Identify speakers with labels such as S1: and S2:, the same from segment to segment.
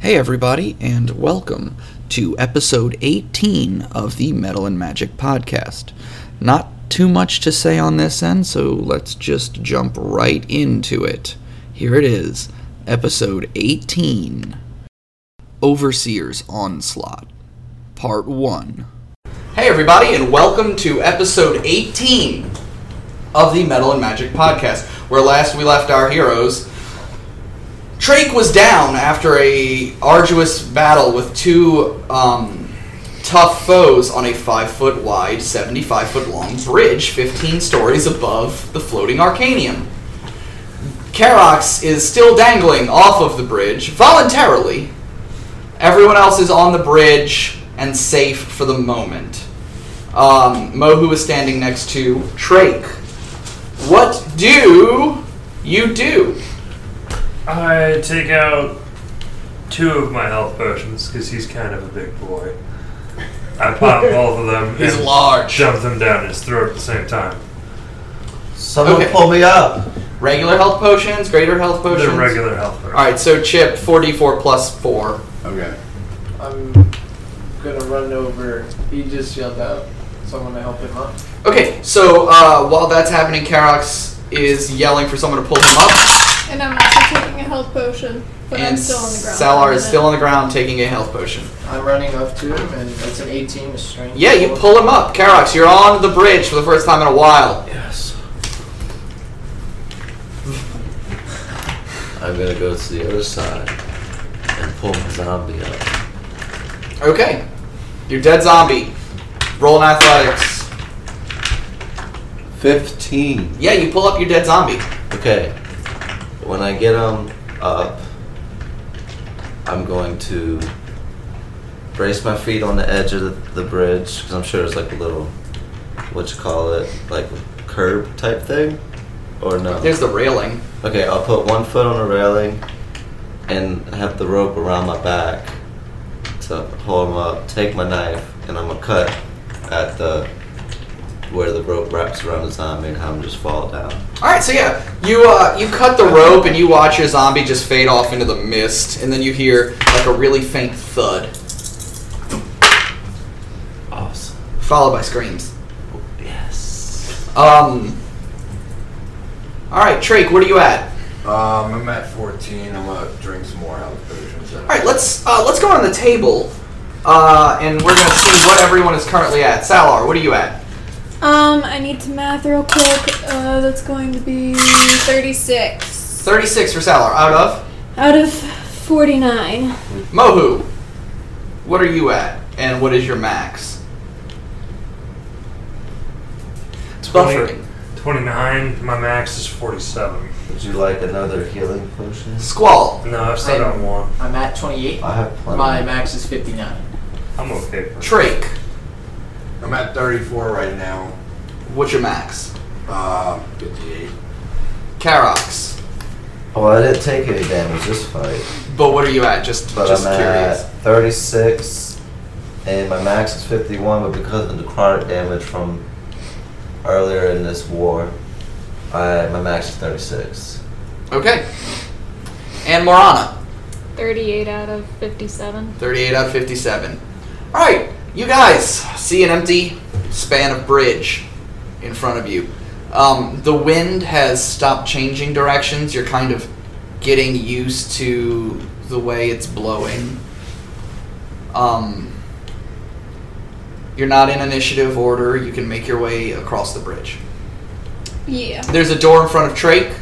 S1: Hey, everybody, and welcome to episode 18 of the Metal and Magic Podcast. Not too much to say on this end, so let's just jump right into it. Here it is, episode 18 Overseer's Onslaught, part 1. Hey, everybody, and welcome to episode 18 of the Metal and Magic Podcast, where last we left our heroes. Drake was down after a arduous battle with two um, tough foes on a five foot wide, seventy five foot long bridge, fifteen stories above the floating Arcanium. Karox is still dangling off of the bridge voluntarily. Everyone else is on the bridge and safe for the moment. Um, Mohu is standing next to Drake. What do you do?
S2: I take out two of my health potions because he's kind of a big boy. I pop both of them
S1: He's
S2: and
S1: large.
S2: shove them down his throat at the same time.
S3: Someone
S1: Okay.
S3: pull me up.
S1: Regular health potions, greater health potions.
S2: They're regular health potions.
S1: Alright, so Chip, 4d4 plus 4.
S4: Okay.
S5: I'm gonna run over. He just yelled out someone to help him up.
S1: Okay, so uh, while that's happening, Karox is yelling for someone to pull him up,
S6: And I'm also taking a health potion, but I'm
S1: and
S6: still on the ground.
S1: Salar is still on the ground taking a health potion.
S5: I'm running up to him, and it's an 18 to strength.
S1: Yeah, you pull him up. Karox, you're on the bridge for the first time in a while.
S3: Yes.
S4: I'm gonna go to the other side and pull the zombie up.
S1: Okay, you're dead zombie. Roll an athletics.
S4: 15.
S1: Yeah, you pull up your dead zombie.
S4: Okay. When I get him up, I'm going to brace my feet on the edge of the, the bridge because I'm sure it's like a little, what you call it, like curb type thing? Or no?
S1: There's the railing.
S4: Okay, I'll put one foot on the railing and have the rope around my back to hold him up. Take my knife and I'm gonna cut at the where the rope wraps around the zombie and have him just fall down.
S1: All right, so yeah, you uh, you cut the rope and you watch your zombie just fade off into the mist, and then you hear like a really faint thud,
S4: Awesome.
S1: followed by screams.
S4: Yes.
S1: Um. All right, Trake, what are you at?
S7: Um, I'm at 14. I'm gonna drink some more health potions.
S1: All right, let's uh, let's go on the table, uh, and we're gonna see what everyone is currently at. Salar, what are you at?
S6: Um, I need to math real quick. Uh, that's going to be 36
S1: Thirty-six for Salar. Out of
S6: out of 49.
S1: Mohu, what are you at, and what is your max? It's buffering.
S2: 29, my max is 47.
S4: Would you like another healing potion?
S1: Squall.
S2: No, I've still got one.
S5: I'm at 28.
S4: I have plenty.
S5: My max is 59.
S2: I'm okay. for-
S1: Trake,
S7: I'm at 34 right now.
S1: what's your max?
S7: Um, 58.
S1: Karox.
S4: Well, Oh, I didn't take any damage this fight,
S1: But what are you at? Just,
S4: but
S1: just
S4: I'm
S1: curious.
S4: at 36, and my max is 51. But because of the necrotic damage from earlier in this war, I my max is 36.
S1: Okay. And Morana,
S8: 38 out of 57.
S1: 38 out of 57. All right, you guys see an empty span of bridge in front of you. Um, the wind has stopped changing directions. You're kind of getting used to the way it's blowing. Um, you're not in initiative order. You can make your way across the bridge.
S6: Yeah.
S1: There's a door in front of Trake.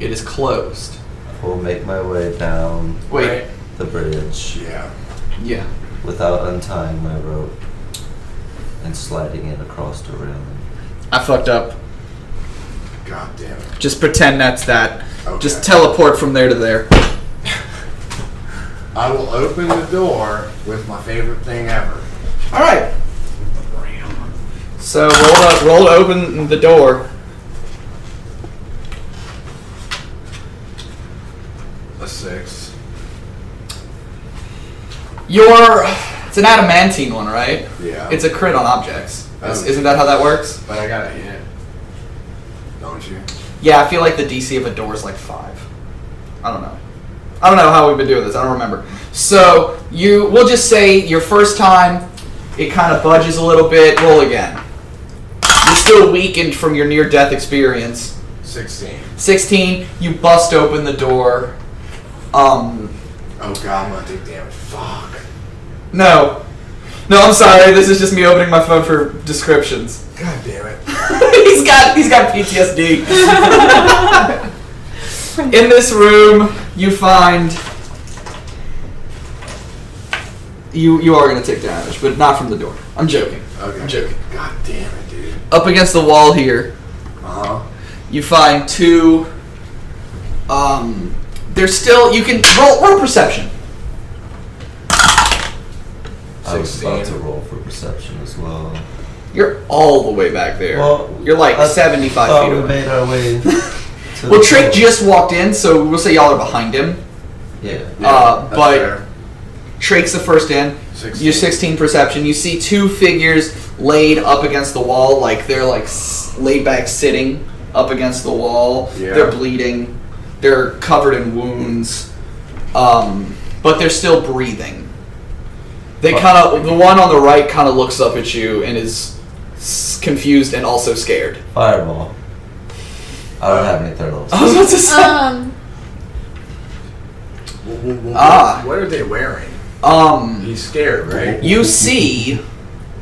S1: It is closed.
S4: Will make my way down
S1: Wait.
S5: Right.
S4: the bridge
S7: Yeah.
S1: Yeah.
S4: without untying my rope and sliding it across the railing.
S3: I fucked up.
S7: God damn it.
S3: Just pretend that's that.
S7: Okay.
S3: Just teleport from there to there.
S7: I will open the door with my favorite thing ever.
S3: All right. So roll up, roll to open the door.
S7: A six.
S1: Your it's an adamantine one, right?
S7: Yeah.
S1: It's a crit on objects. Is,
S3: Um,
S7: Oh.
S1: isn't that how that works?
S7: But I got a hit. Don't you?
S1: Yeah, I feel like the DC of a door is like five. I don't know. I don't know how we've been doing this. I don't remember. So you, we'll just say your first time, it kind of budges a little bit. Roll again. You're still weakened from your near-death experience.
S7: 16.
S1: 16. You bust open the door. Um,
S7: Oh god, I'm gonna take damage. Fuck.
S1: no, no. I'm sorry. This is just me opening my phone for descriptions.
S7: God damn it.
S1: he's got he's got PTSD. In this room, you find you you are gonna take damage, but not from the door. I'm joking.
S7: Okay.
S1: I'm joking.
S7: God damn it, dude.
S1: Up against the wall here,
S7: Uh
S1: Uh-huh.
S7: huh.
S1: you find two. Um, there's still you can roll roll perception.
S4: I was about
S7: 16.
S4: to roll for perception as well.
S1: You're all the way back there. You're like
S4: I
S1: 75
S4: thought
S1: feet
S4: we
S1: away.
S4: made our way. To
S1: well,
S4: the
S1: Trick
S4: door.
S1: just walked in, so we'll say y'all are behind him.
S4: Yeah.
S1: Uh,
S7: that's
S1: but-
S7: fair.
S1: Trake's the first in.
S7: 16.
S1: Your 16 perception. You see two figures laid up against the wall, like they're like s- laid back sitting up against the wall.
S7: Yeah.
S1: They're bleeding. They're covered in wounds, um, but they're still breathing. They kind of the one on the right kind of looks up at you and is s- confused and also scared.
S4: Fireball. I don't have any turtles.
S1: I was about to say.
S6: Um,
S7: Wha- wha- wha-
S1: Ah.
S7: What are they wearing?
S1: um,
S7: He's scared, right?
S1: you see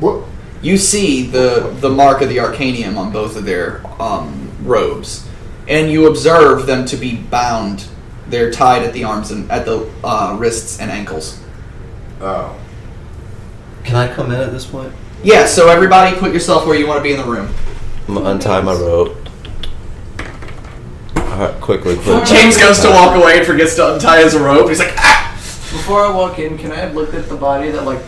S7: What?
S1: you see the the mark of the arcanium on both of their um, robes, and you observe them to be bound. They're tied at the arms and at the uh, wrists and ankles.
S7: Oh.
S4: Can I come in at this point?
S1: Yeah. So everybody, put yourself where you want to be in the room.
S4: I'm gonna untie my rope. Alright, quickly, quickly.
S1: James goes to walk away and forgets to untie his rope. He's like, ah.
S5: Before I walk in, can I have looked at the body that like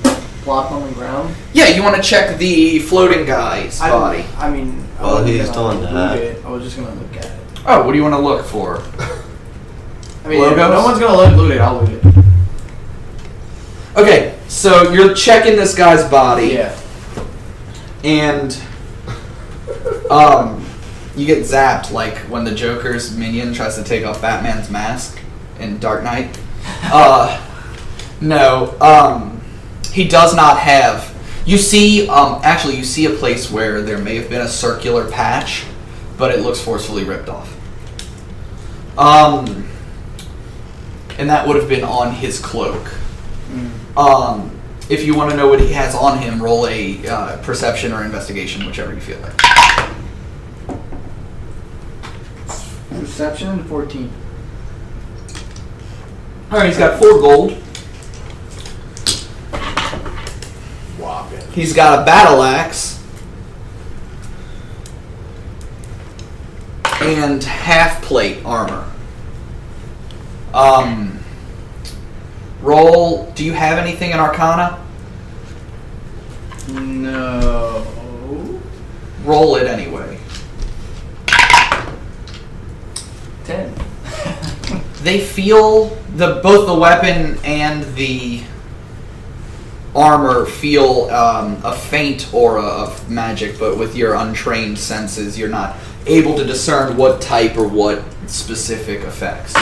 S5: plopped on the ground?
S1: Yeah, you want to check the floating guy's body.
S5: I, I mean, I
S4: Well,
S5: wasn't
S4: Oh, he's
S5: gonna
S4: doing
S5: look
S4: that.
S5: It. I was just gonna look at it.
S1: Oh, what do you want to look for?
S5: I mean,
S1: Logos?
S5: if no one's gonna loot, loot it. I'll loot it.
S1: Okay, so you're checking this guy's body.
S5: Yeah.
S1: and um, you get zapped like when the Joker's minion tries to take off Batman's mask in Dark Knight. Uh, no, um, he does not have. You see, um, actually, you see a place where there may have been a circular patch, but it looks forcefully ripped off. Um, and that would have been on his cloak. Um, if you want to know what he has on him, roll a uh, perception or investigation, whichever you feel like.
S5: Perception and fourteen.
S1: All right, he's got four gold.
S7: Whopping.
S1: He's got a battle axe and half plate armor. Um, roll. Do you have anything in Arcana?
S5: No.
S1: Roll it anyway.
S5: Ten.
S1: they feel the both the weapon and the armor feel um, a faint aura of magic, but with your untrained senses, you're not able to discern what type or what specific effects.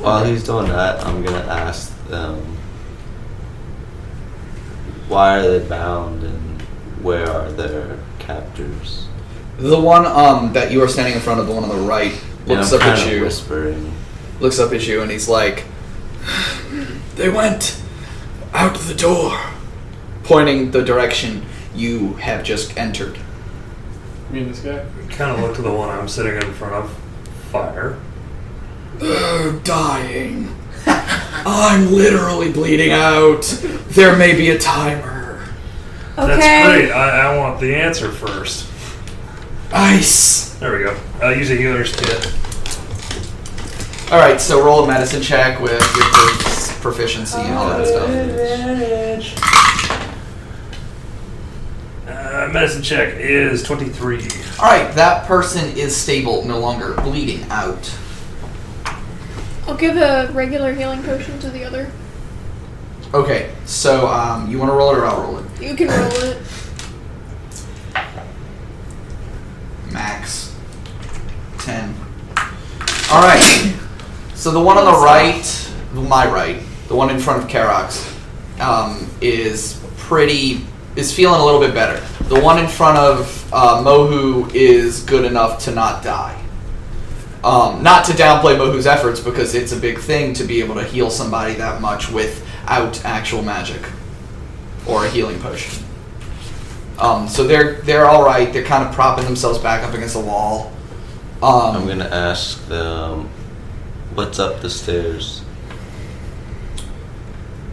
S4: While he's doing that, I'm gonna ask them why are they bound and where are their captors?
S1: The one um, that you are standing in front of, the one on the right, looks
S4: and
S1: up
S4: I'm
S1: at
S4: kinda
S1: you.
S4: whispering.
S1: looks up at you and he's like, They went out the door. Pointing the direction you have just entered.
S5: You mean this guy?
S2: Kind of look to the one I'm sitting in front of. Fire.
S1: They're dying. I'm literally bleeding out. There may be a timer.
S2: That's great.
S6: okay.
S2: I, I want the answer first.
S1: Ice.
S2: There we go. I'll use a healer's kit.
S1: All right, so roll a medicine check with your prof- proficiency and all that
S5: Oh,
S1: stuff.
S2: Uh, medicine check is 23.
S1: All right, that person is stable, no longer bleeding out.
S6: I'll give a regular healing potion to the other.
S1: Okay, so um, you want to roll it or I'll roll it?
S6: You can roll it.
S1: Max. Ten. All right. So the one on the right my right, the one in front of Kerox, um, is pretty is feeling a little bit better. The one in front of uh, Mohu is good enough to not die. Um, not to downplay Mohu's efforts because it's a big thing to be able to heal somebody that much without actual magic or a healing potion. Um, so they're they're all right. They're kind of propping themselves back up against the wall. Um,
S4: I'm gonna ask them what's up the stairs.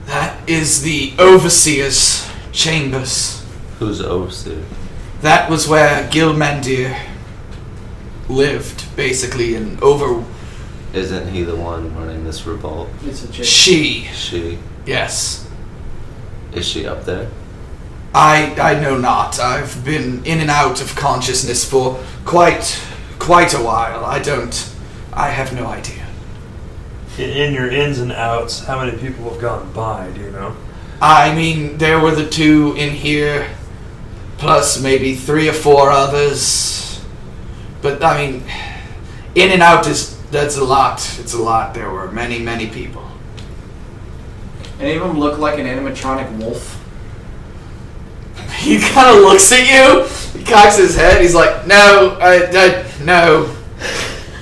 S1: That is the overseer's chambers.
S4: Who's overseer?
S1: That was where Gilmandir lived, basically, and over
S4: Isn't he the one running this revolt?
S5: It's a chick.
S1: she.
S4: She
S1: Yes,
S4: is she up there?
S1: I I know not. I've been in and out of consciousness for quite quite a while. I don't. I have no idea.
S2: In, in your ins and outs, how many people have gone by? Do you know?
S1: I mean, there were the two in here, plus maybe three or four others. But I mean, in and out is that's a lot. It's a lot. There were many, many people.
S5: Any of them look like an animatronic wolf?
S1: He kind of looks at you. He cocks his head. He's like, "No, I, I no,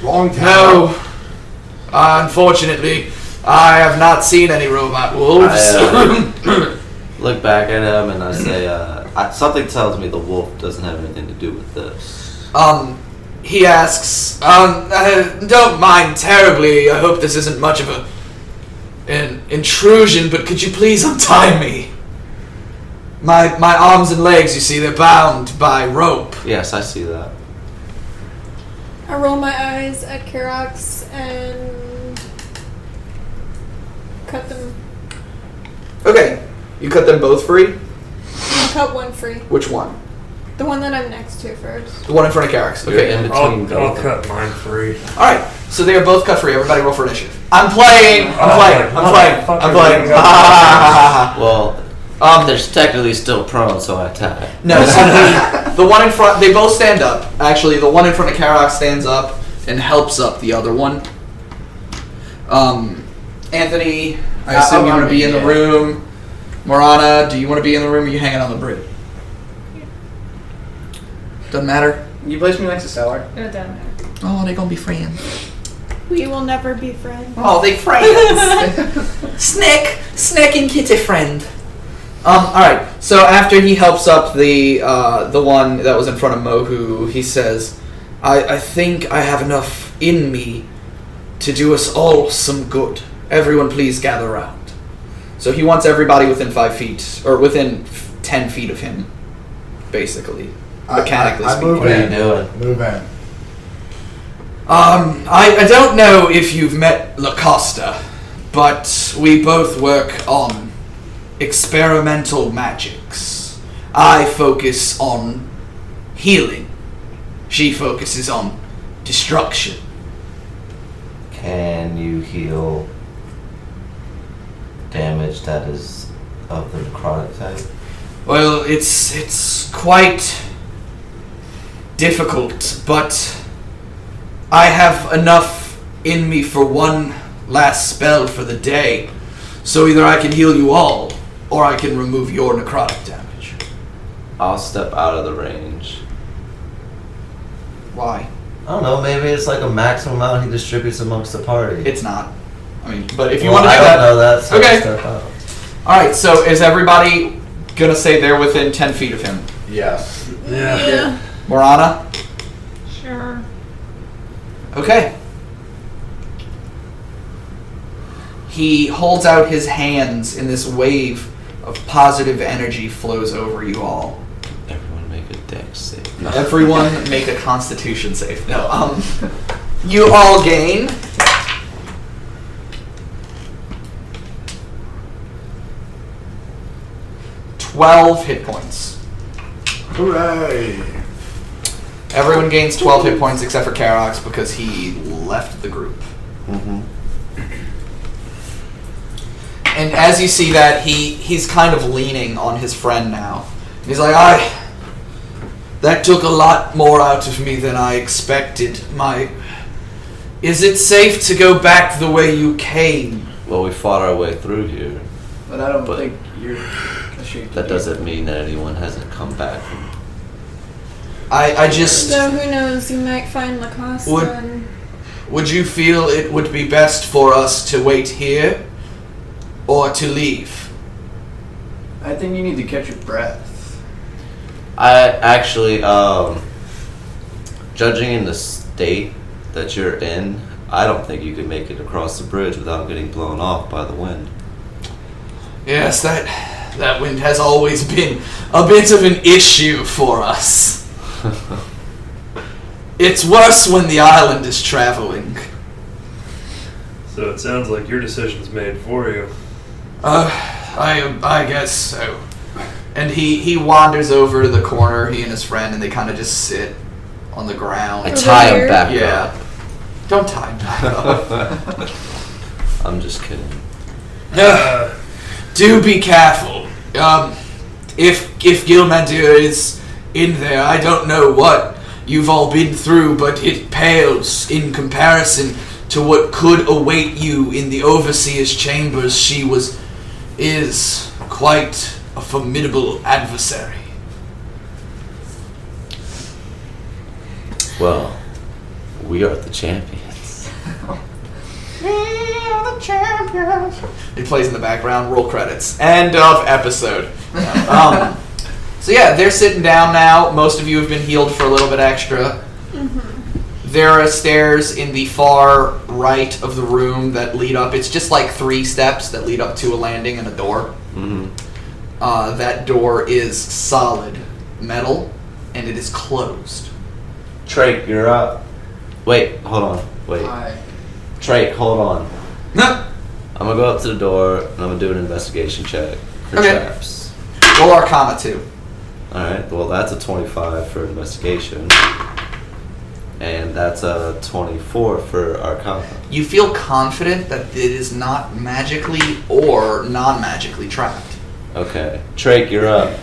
S7: Wrong town.
S1: no." Uh, unfortunately, I have not seen any robot wolves.
S4: I, uh, Look back at him and I say, uh, I, something tells me the wolf doesn't have anything to do with this.
S1: Um, he asks, um, uh, don't mind terribly. I hope this isn't much of a an intrusion, but could you please untie me? My my arms and legs, you see, they're bound by rope.
S4: Yes, I see that.
S6: I roll my eyes at Kerox and cut them.
S1: Okay, you cut them both free.
S6: I'll cut one free.
S1: Which one?
S6: The one that I'm next to first.
S1: The one in front of Carrick's.
S4: You're in
S1: Okay.
S4: between.
S2: I'll, I'll
S4: both.
S2: cut mine free.
S1: All right. So they are both cut free. Everybody roll for initiative. I'm playing. I'm
S2: Oh,
S1: playing. I'm playing.
S2: motherfucker,
S1: I'm playing.
S2: we got-
S1: Ha, ha, ha, ha,
S4: Well,
S1: ha. Um,
S4: there's technically still prone, so I attack.
S1: No, so the, the one in front, they both stand up. Actually, the one in front of Karok stands up and helps up the other one. Um, Anthony, I
S5: Uh,
S1: assume
S5: oh,
S1: you want to
S5: I'm
S1: be in
S5: in,
S1: the
S5: yeah.
S1: room. Morana, do you want to be in the room or are you hanging on the bridge? Doesn't matter.
S5: You place me next to Sour.
S8: It doesn't matter.
S1: Oh, they going to be friends.
S6: We will never be friends.
S1: Oh, they friends. Snick, Snick and Kitty friend. Um. All right. So after he helps up the uh, the one that was in front of Mohu, he says, "I I think I have enough in me to do us all some good. Everyone, please gather round." So he wants everybody within five feet or within f- ten feet of him, basically,
S7: I- I-
S1: mechanically
S7: I
S1: speaking.
S7: move
S4: What are you
S7: in.
S4: doing?
S7: Move in.
S1: Um, I, I don't know if you've met Lacosta, but we both work on experimental magics. I focus on healing. She focuses on destruction.
S4: Can you heal damage that is of the necrotic type?
S1: Well, it's it's quite difficult, but I have enough in me for one last spell for the day. So either I can heal you all, or I can remove your necrotic damage.
S4: I'll step out of the range.
S1: Why?
S4: I don't know. Maybe it's like a maximum amount he distributes amongst the party.
S1: It's not. I mean, but if you
S4: Well,
S1: want to
S4: I
S1: do
S4: don't
S1: that,
S4: know that. So
S1: Okay.
S4: I step out.
S1: all right. So is everybody gonna say they're within ten feet of him?
S7: Yes.
S2: Yeah.
S1: Morana.
S8: Sure.
S1: Okay. He holds out his hands, and this wave of positive energy flows over you all.
S4: Everyone make a dex save.
S1: Everyone make a constitution save. No, um. You all gain. Twelve hit points.
S7: Hooray!
S1: Everyone gains twelve hit points except for Karox because he left the group.
S4: Mm-hmm.
S1: And as you see that, he he's kind of leaning on his friend now. He's like, I. That took a lot more out of me than I expected. My. Is it safe to go back the way you came?
S4: Well, we fought our way through here.
S5: But I don't
S4: But-
S5: think you're ashamed.
S4: That doesn't mean that anyone hasn't come back. From,
S1: I, I just.
S6: So who knows? You might find Lacoste.
S1: Would-
S6: and
S1: Would you feel it would be best for us to wait here or to leave?
S5: I think you need to catch your breath.
S4: I actually, um, judging in the state that you're in, I don't think you could make it across the bridge without getting blown off by the wind.
S1: Yes, that that wind has always been a bit of an issue for us. It's worse when the island is traveling.
S2: So it sounds like your decision's made for you.
S1: Uh, I I guess so. And he he wanders over to the corner. He and his friend, and they kind of just sit on the
S4: I
S1: ground.
S6: Over
S4: tie him
S6: here?
S4: back
S1: Yeah, don't tie him back up.
S4: up. I'm just kidding.
S2: Uh,
S1: Do be careful. Um, if if Gilmandir is in there, I don't know what you've all been through, but it pales in comparison to what could await you in the overseer's chambers. She was is quite a formidable adversary.
S4: Well, we are the champions.
S1: It plays in the background. Roll credits. End of episode. um, so yeah, they're sitting down now. Most of you have been healed for a little bit extra. There are stairs in the far right of the room that lead up. It's just like three steps that lead up to a landing and a door.
S4: hmm
S1: Uh, that door is solid metal, and it is closed.
S4: Trake, you're up. Wait, hold on. Wait.
S5: I,
S4: Trake, hold on.
S1: Roll
S4: I'm gonna go up to the door and I'm gonna do an investigation check for
S1: Okay.
S4: traps.
S1: Arcana two.
S4: Alright, well that's a 25 for investigation. And that's a 24 for Arcana.
S1: You feel confident that it is not magically or non-magically trapped.
S4: Okay. Trake, you're up.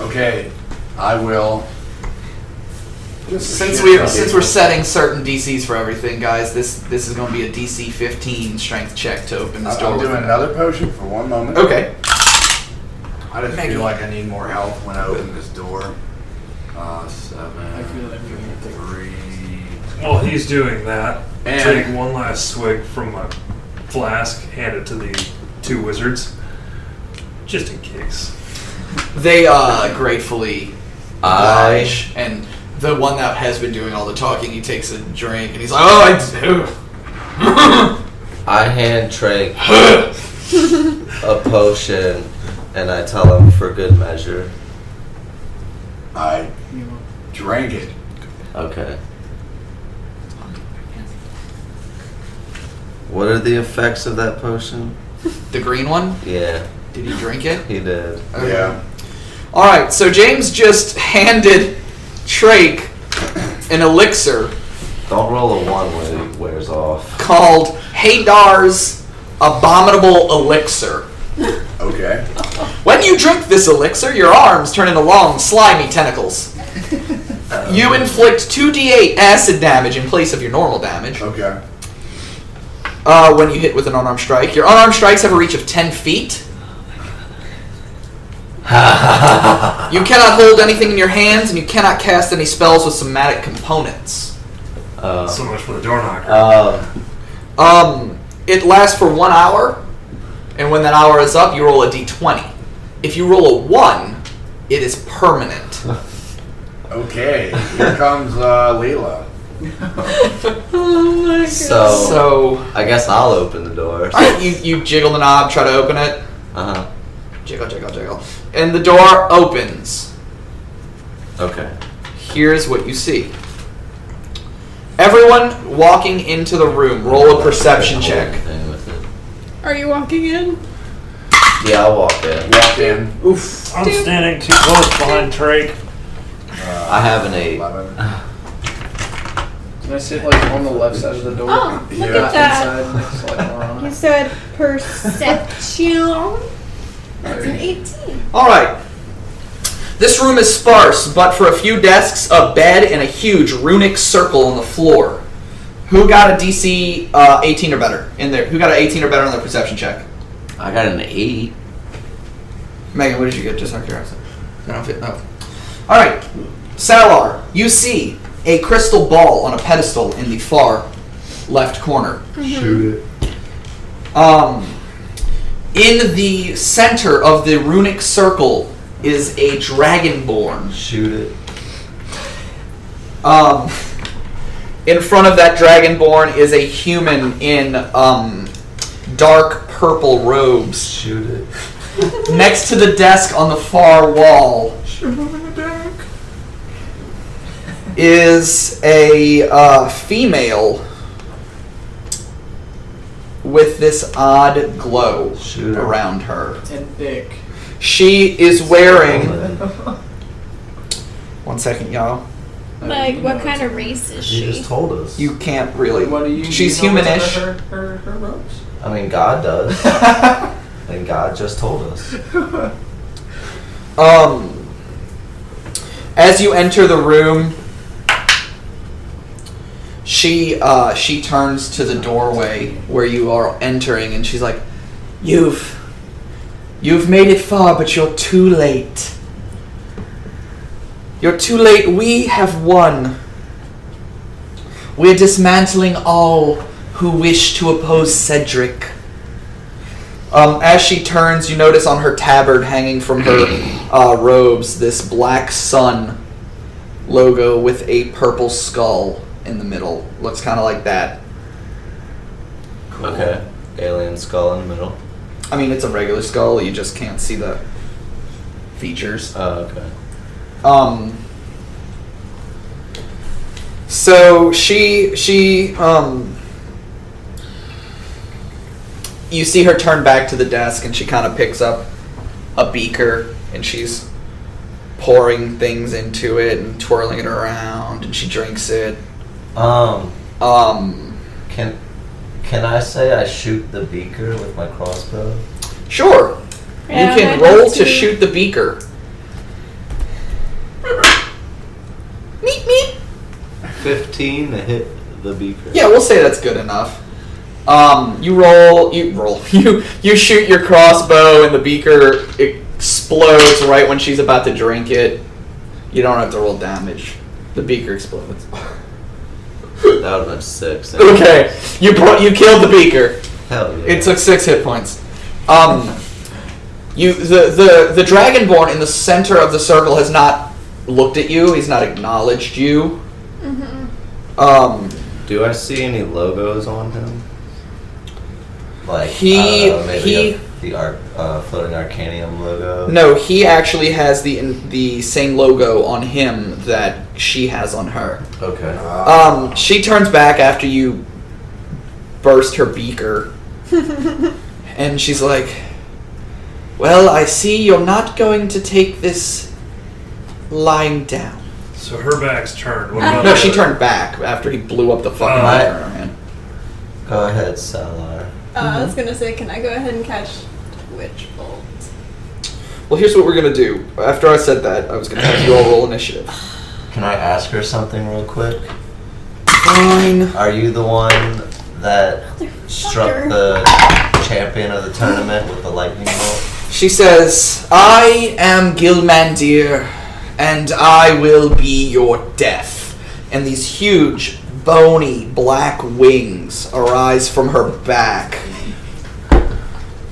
S7: Okay, I will.
S1: Since we're since we're setting certain DCs for everything, guys, this this is going to be a DC 15 strength check to open this
S7: I-
S1: door.
S7: Uh, I'm doing another potion for one moment.
S1: Okay.
S7: I just
S1: Maybe.
S7: feel like I need more health when I open this door. Uh, seven.
S5: I feel like we need to take-
S7: three.
S2: while he's doing that,
S7: And-
S2: take one last swig from my flask, hand it to the two wizards, just in case.
S1: They uh gratefully
S4: I-
S1: oblige, and the one that has been doing all the talking, he takes a drink and he's like, "Oh, I do."
S4: I hand Trake a potion and I tell him for good measure.
S7: I
S5: you know,
S7: drank it.
S4: Okay. What are the effects of that potion?
S1: The green one?
S4: Yeah,
S1: Did he drink it?
S4: he did.
S1: Okay.
S7: Oh, Yeah.
S1: All right, so James just handed Trake an elixir
S4: Don't roll a one when it wears off.
S1: called Haydar's Abominable Elixir.
S7: Okay.
S1: When you drink this elixir, your arms turn into long, slimy tentacles. You inflict 2d8 acid damage in place of your normal damage
S7: Okay.
S1: uh, when you hit with an unarmed strike. Your unarmed strikes have a reach of 10 feet. you cannot hold anything in your hands, and you cannot cast any spells with somatic components.
S4: Uh,
S2: so much for the door knocker.
S1: Uh,
S4: um,
S1: Um, it lasts for one hour, and when that hour is up, you roll a d20. If you roll a 1, it is permanent.
S7: Okay. Here comes uh, Leela.
S6: Oh,
S4: so,
S1: So.
S4: I guess I'll open the door.
S1: All right, you, you jiggle the knob, try to open it.
S4: Uh huh.
S1: Jiggle, jiggle, jiggle. And the door opens.
S4: Okay.
S1: Here's what you see. Everyone walking into the room, roll a perception
S4: Hold
S1: check.
S4: everything with it.
S6: Are you walking in?
S4: Yeah, I'll walk in.
S7: Walked in.
S1: Oof.
S2: I'm standing too close behind Drake.
S7: Uh,
S4: I have an eight.
S7: Eleven.
S5: Can I sit like on the left side of the door?
S6: Oh, look
S7: Yeah.
S6: at
S5: Not
S6: that.
S5: inside, next to, like, moron.
S6: You said perception. That's an 18.
S1: All right. This room is sparse, but for a few desks, a bed, and a huge runic circle on the floor. Who got a DC uh, 18 or better in there? Who got an 18 or better on their perception check?
S4: I got an eight.
S1: Megan, what did you get? Just out of curiosity. I don't fit. Oh. All right, Salar, you see a crystal ball on a pedestal in the far left corner.
S9: Shoot it.
S1: Um, in the center of the runic circle is a dragonborn.
S9: Shoot it.
S1: Um, in front of that dragonborn is a human in um, dark purple robes.
S9: Shoot it.
S1: Next to the desk on the far wall is a uh, female with this odd glow
S9: Shoot her.
S1: around her.
S5: And thick.
S1: She is wearing. One second, y'all.
S6: Like, what kind of race is
S4: You
S6: she?
S4: just told us.
S1: You can't really.
S5: What do you? do
S1: She's
S5: you know what's
S1: humanish.
S5: under Her, her, her robes.
S4: I mean, God does. and God just told us.
S1: Um, as you enter the room, she uh, she turns to the doorway where you are entering, and she's like, "You've you've made it far, but you're too late. You're too late. We have won. We're dismantling all who wish to oppose Cedric." Um, as she turns, you notice on her tabard hanging from her uh, robes this black sun logo with a purple skull in the middle. Looks kind of like that.
S4: Okay. Alien skull in the middle.
S1: I mean, it's a regular skull, you just can't see the features.
S4: Oh, okay.
S1: Um, so she she um you see her turn back to the desk and she kind of picks up a beaker and she's pouring things into it and twirling it around and she drinks it.
S4: Um,
S1: Um
S4: can can I say I shoot the beaker with my crossbow?
S1: sure.
S6: Yeah,
S1: you can
S6: I'd like
S1: roll to
S6: to-
S1: shoot the beaker. meep meep.
S4: Fifteen to hit the beaker.
S1: Yeah, we'll say that's good enough. Um, you roll, you roll, you you shoot your crossbow, and the beaker explodes right when she's about to drink it. You don't have to roll damage. The beaker explodes.
S4: That would have been six. eh?
S1: Okay, you brought, you killed the beaker.
S4: Hell yeah.
S1: It took six hit points. Um, you the the the dragonborn in the center of the circle has not looked at you. He's not acknowledged you.
S6: Mm-hmm. Uh,
S1: Um,
S4: Do I see any logos on him? Like
S1: He-
S4: I don't know, maybe
S1: he-
S4: a- the arc, uh, floating arcanium logo.
S1: No, he actually has the the same logo on him that she has on her.
S4: Okay.
S7: Uh,
S1: Um, she turns back after you burst her beaker, and she's like, "Well, I see you're not going to take this lying down."
S2: So her back's turned. What about
S1: No, she
S2: her?
S1: turned back after he blew up the fucking
S2: Oh.
S1: lighter on her hand.
S4: Go ahead, Salar.
S6: Uh, I
S4: Mm-hmm.
S6: was gonna say, can I go ahead and catch Witch Bolt?
S1: Well, here's what we're gonna do. After I said that, I was gonna have you all roll initiative.
S4: Can I ask her something real quick?
S1: Fine.
S4: Are you the one that struck the champion of the tournament with the lightning bolt?
S1: She says, I am Gilmandir, and I will be your death. And these huge, bony, black wings arise from her back.
S4: I,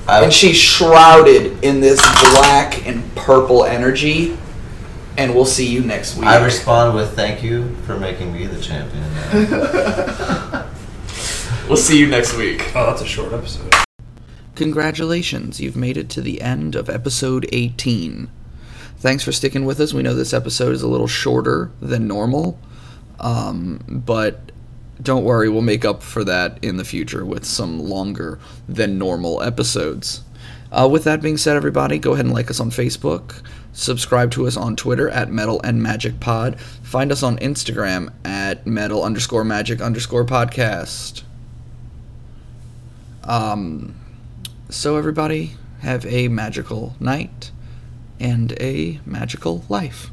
S4: Oh.
S1: And she's shrouded in this black and purple energy. And we'll see you next week.
S4: I respond with thank you for making me the champion.
S1: we'll see you next week.
S2: Oh, that's a short episode.
S10: Congratulations, you've made it to the end of episode 18. Thanks for sticking with us. We know this episode is a little shorter than normal, um, but don't worry, we'll make up for that in the future with some longer than normal episodes. Uh, with that being said, everybody, go ahead and like us on Facebook. Subscribe to us on Twitter at Metal and Magic Pod. Find us on Instagram at Metal underscore Magic underscore Podcast. Um, so, everybody, have a magical night and a magical life.